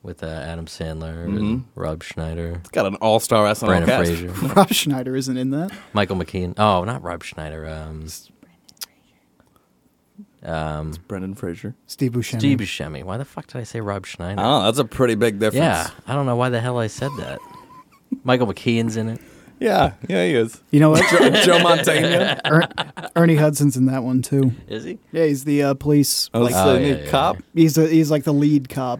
Speaker 2: with uh, Adam Sandler, and Rob Schneider,
Speaker 1: Got an all-star SNL
Speaker 2: Brandon
Speaker 1: cast.
Speaker 2: Fraser,
Speaker 3: Rob Schneider isn't in that.
Speaker 2: Michael McKean. Oh, not Rob Schneider. Um, Um,
Speaker 1: Brendan Fraser.
Speaker 3: Steve Buscemi.
Speaker 2: Steve Buscemi. Why the fuck did I say Rob Schneider?
Speaker 1: Oh, that's a pretty big difference.
Speaker 2: yeah, I don't know why the hell I said that. Michael McKean's in it.
Speaker 1: Yeah, yeah, he is.
Speaker 3: You know what?
Speaker 1: Joe, Joe Montana.
Speaker 3: Er- Ernie Hudson's in that one too.
Speaker 2: Is he?
Speaker 3: Yeah, he's the uh, police.
Speaker 1: Oh,
Speaker 3: Like,
Speaker 1: so
Speaker 2: Oh,
Speaker 1: they
Speaker 2: yeah,
Speaker 1: need
Speaker 2: yeah,
Speaker 1: cop.
Speaker 3: he's the, he's like the lead cop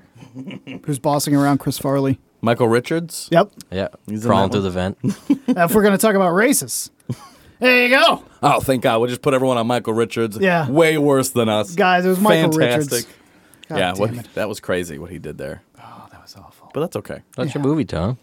Speaker 3: who's bossing around Chris Farley.
Speaker 1: Michael Richards.
Speaker 3: Yep.
Speaker 2: Yeah,
Speaker 1: He's in
Speaker 2: crawling
Speaker 1: that
Speaker 2: through
Speaker 1: one.
Speaker 2: the vent.
Speaker 3: Now, if we're gonna talk about racists, there you go,
Speaker 1: Oh, thank God. We'll just put everyone on Michael Richards.
Speaker 3: Yeah.
Speaker 1: Way worse than us.
Speaker 3: guys. It was Michael Richards.
Speaker 1: Fantastic.
Speaker 3: God
Speaker 1: yeah,
Speaker 3: damn
Speaker 1: what,
Speaker 3: it.
Speaker 1: that was crazy what he did there.
Speaker 3: Oh, that was awful.
Speaker 1: But that's okay.
Speaker 2: That's your movie, Tom.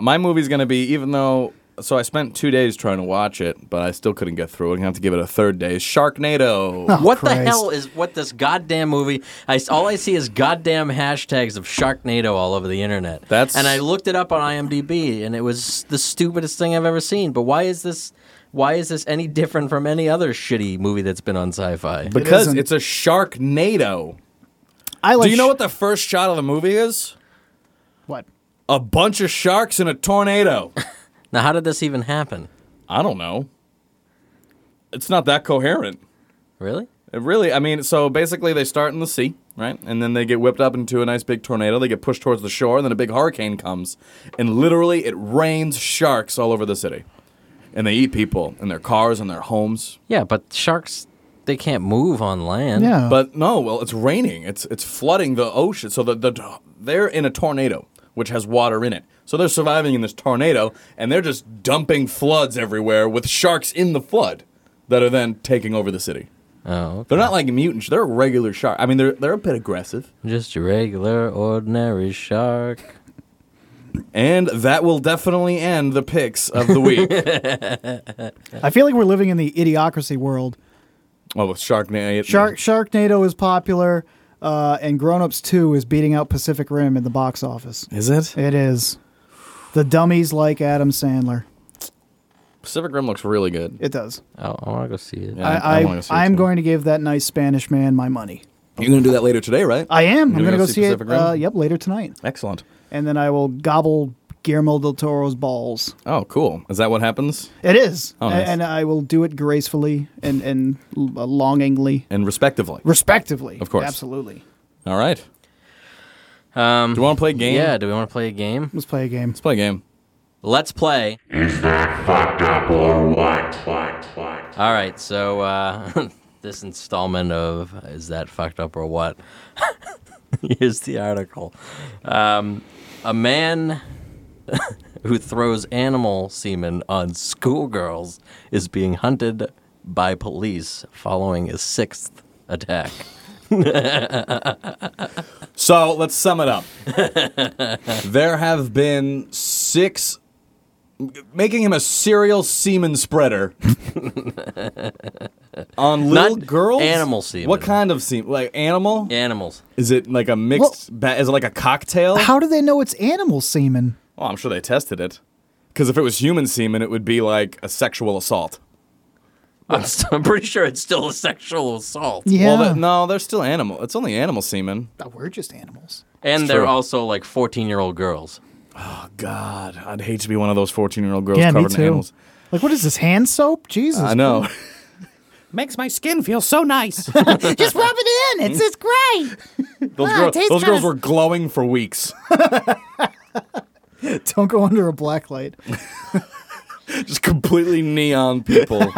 Speaker 1: My movie's going to be, even though, so I spent two days trying to watch it, but I still couldn't get through it. I'm going to have to give it a third day. Sharknado.
Speaker 3: Oh,
Speaker 2: What the
Speaker 3: Christ.
Speaker 2: hell is what this goddamn movie? I, all I see is goddamn hashtags of Sharknado all over the internet.
Speaker 1: That's-
Speaker 2: and I looked it up on IMDb, and it was the stupidest thing I've ever seen. But why is this? Why is this any different from any other shitty movie that's been on Sci-Fi?
Speaker 1: because
Speaker 3: isn't.
Speaker 1: it's a Sharknado.
Speaker 3: I like.
Speaker 1: Do you know
Speaker 3: sh-
Speaker 1: what the first shot of the movie is?
Speaker 3: What?
Speaker 1: A bunch of sharks in a tornado.
Speaker 2: now, how did this even happen?
Speaker 1: I don't know. It's not that coherent.
Speaker 2: Really?
Speaker 1: It Uh, really, I mean, so basically they start in the sea, right? And then they get whipped up into a nice big tornado. They get pushed towards the shore, and then a big hurricane comes. And literally, it rains sharks all over the city. And they eat people in their cars and their homes.
Speaker 2: Yeah, but sharks they can't move on land.
Speaker 3: Yeah.
Speaker 1: But no, well, it's raining. It's it's flooding the ocean. So the, the they're in a tornado, which has water in it. So they're surviving in this tornado, and they're just dumping floods everywhere with sharks in the flood that are then taking over the city.
Speaker 2: Oh, okay.
Speaker 1: They're not like mutants. They're regular sharks. I mean, they're they're a bit aggressive.
Speaker 2: just a regular, ordinary shark.
Speaker 1: And that will definitely end the picks of the week.
Speaker 3: I feel like we're living in the idiocracy world.
Speaker 1: well, Oh, with Sharknado.
Speaker 3: Shark Sharknado is popular, uh, and Grown Ups Two is beating out Pacific Rim in the box office.
Speaker 1: Is it?
Speaker 3: It is. The dummies like Adam Sandler.
Speaker 1: Pacific Rim looks really good.
Speaker 3: It does.
Speaker 2: Oh, I want to go see it.
Speaker 1: Yeah. I- I
Speaker 3: I,
Speaker 1: wanna
Speaker 3: I,
Speaker 1: see it
Speaker 3: I am
Speaker 1: too.
Speaker 3: going to give that nice Spanish man my money.
Speaker 1: You're going to do that later today, right?
Speaker 3: I am.
Speaker 1: You're
Speaker 3: I'm going to
Speaker 1: gonna
Speaker 3: go
Speaker 1: see
Speaker 3: see it.
Speaker 1: Pacific Rim?
Speaker 3: Uh, yep, later tonight,
Speaker 1: Excellent.
Speaker 3: and then I will gobble Guillermo del Toro's balls.
Speaker 1: Oh, cool. Is that what happens?
Speaker 3: It is,
Speaker 1: Oh, nice.
Speaker 3: A- and I will do it gracefully and and l- uh, longingly,
Speaker 1: And respectively.
Speaker 3: respectively.
Speaker 1: Of course.
Speaker 3: absolutely.
Speaker 1: All right.
Speaker 2: Um,
Speaker 1: Do you want to play a game?
Speaker 2: yeah.
Speaker 1: Let's
Speaker 2: Do we want to play a game?
Speaker 3: Let's play a game.
Speaker 1: play a game.
Speaker 2: Let's play.
Speaker 4: Is that fucked up or what? What? What?
Speaker 2: All right, so uh, this installment of Is That Fucked Up or What? Here's the article. Um, a man who throws animal semen on schoolgirls is being hunted by police following his sixth attack.
Speaker 1: So let's sum it up. there have been six, making him a serial semen spreader on little
Speaker 2: Not
Speaker 1: girls.
Speaker 2: animal semen.
Speaker 1: What kind of semen? Like animal?
Speaker 2: Animals.
Speaker 1: Is it like a mixed? ba- is it like a cocktail?
Speaker 3: How do they know it's animal semen?
Speaker 1: oh, I'm sure they tested it. Because if it was human semen, it would be like a sexual assault.
Speaker 2: I'm, st- I'm pretty sure it's still a sexual assault.
Speaker 3: Yeah,
Speaker 1: Well, that, no, they're still animal. It's only animal semen.
Speaker 3: But we're just animals.
Speaker 2: And
Speaker 1: It's
Speaker 2: they're
Speaker 1: true.
Speaker 2: also like 14 year old girls.
Speaker 1: God, I'd hate to be one of those 14 year old girls
Speaker 3: yeah, me
Speaker 1: covered in
Speaker 3: too.
Speaker 1: animals.
Speaker 3: Like, what is this hand soap? Jesus,
Speaker 1: I know. Makes my skin feel so nice.
Speaker 3: just rub it in. It's it's great.
Speaker 1: Those,
Speaker 3: Ah,
Speaker 1: girl-
Speaker 3: it tastes
Speaker 1: those girls
Speaker 3: kinda-
Speaker 1: were glowing for weeks.
Speaker 3: Don't go under a black light.
Speaker 1: Just completely neon people.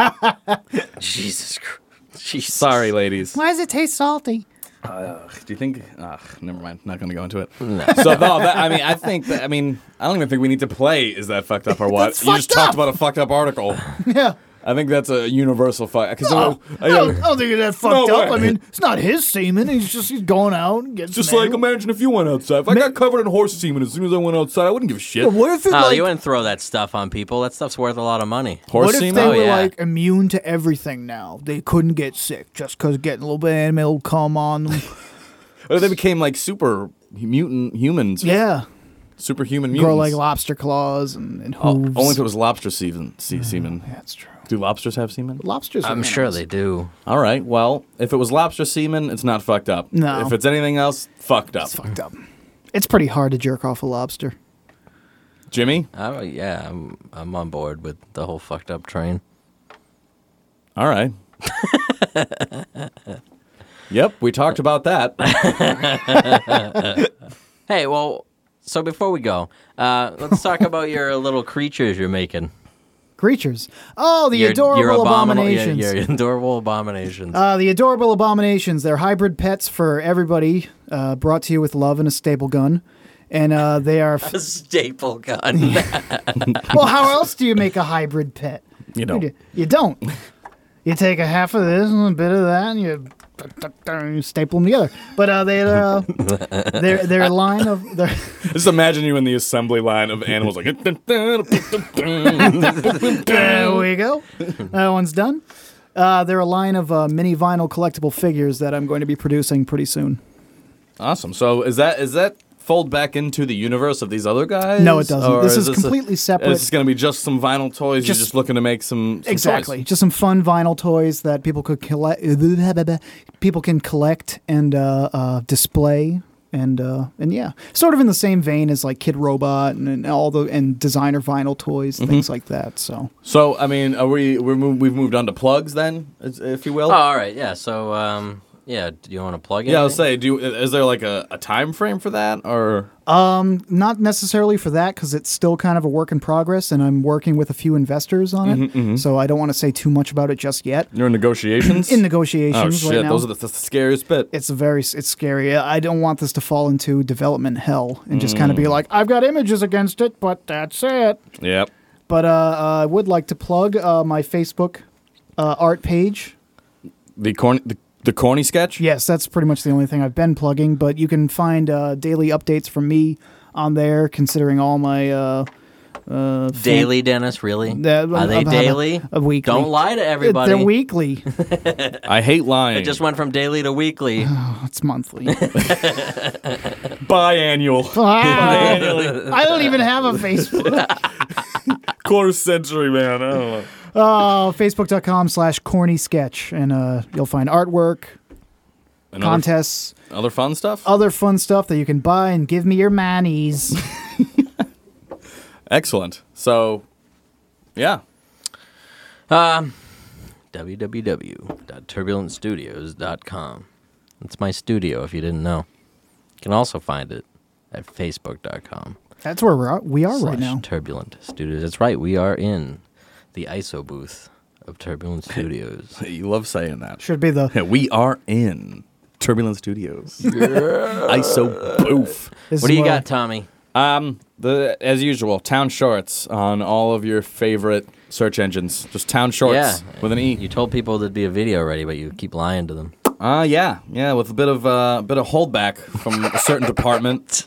Speaker 2: Jesus Christ. Jesus.
Speaker 1: Sorry, ladies.
Speaker 3: Why does it taste salty?
Speaker 1: Do you think? Ugh, never mind. Not going to go into it.
Speaker 3: Mm.
Speaker 1: So no, that, I mean, I think. That, I mean, I don't even think we need to play. Is that fucked up or what?
Speaker 3: That's
Speaker 1: you just
Speaker 3: fucked
Speaker 1: talked
Speaker 3: up.
Speaker 1: about a fucked up article.
Speaker 3: Yeah.
Speaker 1: I think that's a universal fuck. Because
Speaker 3: Oh, I
Speaker 1: uh,
Speaker 3: don't, I don't think it's that fucked up. I
Speaker 1: way.
Speaker 3: mean, it's not his semen. He's just he's going out and getting
Speaker 1: just
Speaker 3: some
Speaker 1: like
Speaker 3: animal-
Speaker 1: imagine if you went outside. If I got covered in horse semen as soon as I went outside, I wouldn't give a shit.
Speaker 3: But what if it
Speaker 2: Oh,
Speaker 3: like
Speaker 2: you wouldn't throw that stuff on people. That stuff's worth a lot of money.
Speaker 1: Horse
Speaker 3: what if
Speaker 1: semen?
Speaker 3: they
Speaker 2: Oh,
Speaker 3: were
Speaker 2: yeah.
Speaker 3: like immune to everything now? They couldn't get sick just because getting a little bit of animal would come on them.
Speaker 1: What if they became like super mutant humans?
Speaker 3: yeah,
Speaker 1: Superhuman
Speaker 3: grow
Speaker 1: mutants.
Speaker 3: like lobster claws and, and
Speaker 1: Oh,
Speaker 3: hooves.
Speaker 1: only if it was lobster semen.
Speaker 3: Mm.
Speaker 1: Se- semen.
Speaker 3: That's true.
Speaker 1: Do lobsters have semen?
Speaker 3: Lobsters. are
Speaker 2: I'm sure
Speaker 3: animals.
Speaker 2: they do.
Speaker 1: All right. Well, if it was lobster semen, it's not fucked up.
Speaker 3: No.
Speaker 1: If it's anything else, fucked up.
Speaker 3: fucked up. It's pretty hard to jerk off a lobster.
Speaker 1: Jimmy.
Speaker 2: I, yeah, I'm, I'm on board with the whole fucked up train.
Speaker 1: All right. Yep, we talked about that.
Speaker 2: Hey, well, so before we go, uh, let's talk about your little creatures you're making.
Speaker 3: Creatures. Oh, the
Speaker 2: Your,
Speaker 3: adorable
Speaker 2: your abomin- your-
Speaker 3: abominations.
Speaker 2: Your, adorable abominations.
Speaker 3: Uh, the adorable abominations. They're hybrid pets for everybody. Uh, brought to you with love and a staple gun, and uh, they are. F-
Speaker 2: a staple gun.
Speaker 3: well, how else do you make a hybrid pet?
Speaker 1: You know,
Speaker 3: You, you don't. You take a half of this and a bit of that, and you, you staple them together. But uh, they uh, they're they're a line of they're.
Speaker 1: just imagine you in the assembly line of animals like.
Speaker 3: There we go. That one's done. Uh, they're a line of uh, mini vinyl collectible figures that I'm going to be producing pretty soon.
Speaker 1: awesome. So is that is that fold back into the universe of these other guys?
Speaker 3: No, it doesn't.
Speaker 1: Or
Speaker 3: This is
Speaker 1: a-
Speaker 3: completely separate.
Speaker 1: This is going to be just some vinyl toys.
Speaker 3: Just-
Speaker 1: You're just looking to make some, some
Speaker 3: Exactly.
Speaker 1: toys.
Speaker 3: Just some fun vinyl toys that people could collect. People can collect and uh, uh, display. And uh, and yeah, sort of in the same vein as like Kid Robot and, and all the and designer vinyl toys,
Speaker 1: Mm-hmm.
Speaker 3: things like that. So
Speaker 1: So I mean, are we we're mov- we've moved on to plugs then, as- if you will.
Speaker 2: Oh, all right, yeah. So, um, yeah, do you want to plug in?
Speaker 1: yeah, I'll say. Do you, is there like a, a time frame for that or?
Speaker 3: not necessarily for that because it's still kind of a work in progress, and I'm working with a few investors on it.
Speaker 1: Mm-hmm,
Speaker 3: So I don't want to say too much about it just yet.
Speaker 1: You're in negotiations.
Speaker 3: In
Speaker 1: Oh
Speaker 3: negotiations
Speaker 1: shit!
Speaker 3: right now.
Speaker 1: Those are the, the scariest bit.
Speaker 3: it's a very it's scary. I don't want this to fall into development hell and just kind of be
Speaker 1: Hmm.
Speaker 3: like, I've got images against it, but that's it.
Speaker 1: Yep.
Speaker 3: But uh, uh, I would like to plug uh, my Facebook uh, art page.
Speaker 1: The corny the, the corny sketch.
Speaker 3: Yes, that's pretty much the only thing I've been plugging. But you can find uh, daily updates from me on there, considering all my. Uh, uh, fan-
Speaker 2: Daily, Dennis, really?
Speaker 3: Yeah,
Speaker 2: Are they
Speaker 3: uh, about a-
Speaker 2: daily?
Speaker 3: a weekly.
Speaker 2: Don't lie to everybody.
Speaker 3: They're weekly.
Speaker 1: I hate lying.
Speaker 2: It just went from daily to weekly.
Speaker 3: Oh, it's monthly.
Speaker 1: biannual,
Speaker 3: Wow.
Speaker 1: Biannually.
Speaker 3: I don't even have a Facebook.
Speaker 1: quarter century man. I don't know.
Speaker 3: Oh, facebook.com slash corny sketch. And uh, you'll find artwork,
Speaker 1: And other-
Speaker 3: contests,
Speaker 1: Other, fun stuff.
Speaker 3: other fun stuff that you can buy and give me your manies.
Speaker 1: Excellent. So, yeah.
Speaker 2: www.turbulentstudios.com. It's my studio, if you didn't know. You can also find it at facebook.com.
Speaker 3: That's where we're at. we are
Speaker 2: slash
Speaker 3: right now.
Speaker 2: Turbulent Studios. That's right. We are in the ISO booth of Turbulent Studios.
Speaker 1: You love saying that.
Speaker 3: Should be the.
Speaker 1: We are in Turbulent Studios. ISO booth.
Speaker 3: This
Speaker 2: what do
Speaker 3: is
Speaker 2: you
Speaker 3: where-
Speaker 2: got, Tommy?
Speaker 1: Um, the as usual, town shorts on all of your favorite search engines. Just town shorts
Speaker 2: Yeah.
Speaker 1: with an
Speaker 2: You
Speaker 1: e.
Speaker 2: told people there'd be a video already, but you keep lying to them.
Speaker 1: Uh yeah, yeah, with a bit of uh, a bit of holdback from a certain department.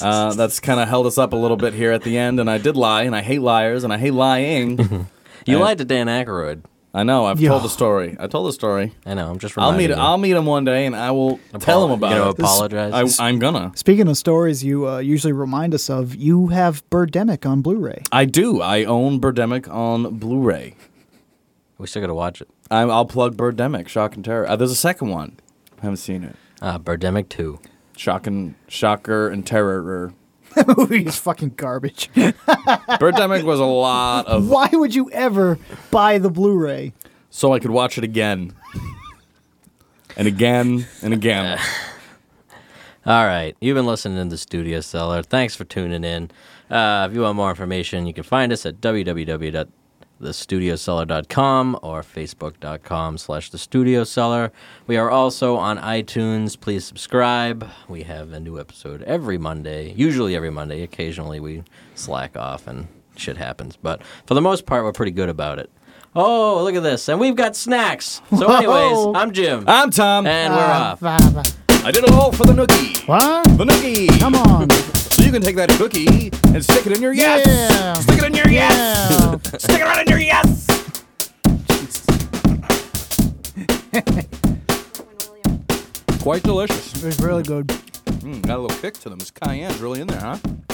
Speaker 1: Uh, that's kind of held us up a little bit here at the end, and I did lie, and I hate liars, and I hate lying.
Speaker 2: You
Speaker 1: I-
Speaker 2: lied to Dan Aykroyd.
Speaker 1: I know. I've
Speaker 3: Yeah.
Speaker 1: told the story. I told the story.
Speaker 2: I know. I'm just
Speaker 1: I'll
Speaker 2: reminding
Speaker 1: meet.
Speaker 2: you.
Speaker 1: I'll meet him one day, and I will tell him
Speaker 2: you
Speaker 1: about
Speaker 2: gonna
Speaker 1: it.
Speaker 2: apologize?
Speaker 1: I, I'm gonna.
Speaker 3: Speaking of stories you uh, usually remind us of, you have Birdemic on Blu ray.
Speaker 1: I do. I own Birdemic on Blu-ray.
Speaker 2: we still got to watch it.
Speaker 1: I'm, I'll plug Birdemic, Shock and Terror. Uh, there's a second one. I haven't seen it.
Speaker 2: Uh, Birdemic 2.
Speaker 1: Shock and Shocker and Terror.
Speaker 3: That
Speaker 2: Oh,
Speaker 3: movie is fucking garbage.
Speaker 1: Birdemic was a lot of
Speaker 3: Why would you ever buy the Blu ray?
Speaker 1: so I could watch it again. And again and again.
Speaker 2: All right. You've been listening to the Studio Cellar. Thanks for tuning in. Uh, if you want more information, you can find us at www.thestudiocellar.com or facebook.com slash the studio cellar. We are also on iTunes. Please subscribe. We have a new episode every Monday, usually every Monday. Occasionally we slack off and shit happens. But for the most part, we're pretty good about it. Oh, look at this. And we've got snacks. So,
Speaker 3: Whoa.
Speaker 2: anyways, I'm Jim.
Speaker 1: I'm Tom.
Speaker 2: and we're off.
Speaker 1: I did it all for the nookie.
Speaker 3: What?
Speaker 1: The nookie.
Speaker 3: Come on.
Speaker 1: So you can take that cookie and stick it in your yes.
Speaker 3: Yeah.
Speaker 1: Stick it in your yes.
Speaker 3: Yeah.
Speaker 1: Stick it right in your yes. Quite delicious.
Speaker 3: It was really good.
Speaker 1: Hmm, Mm, got a little kick to them. This cayenne's really in there, huh?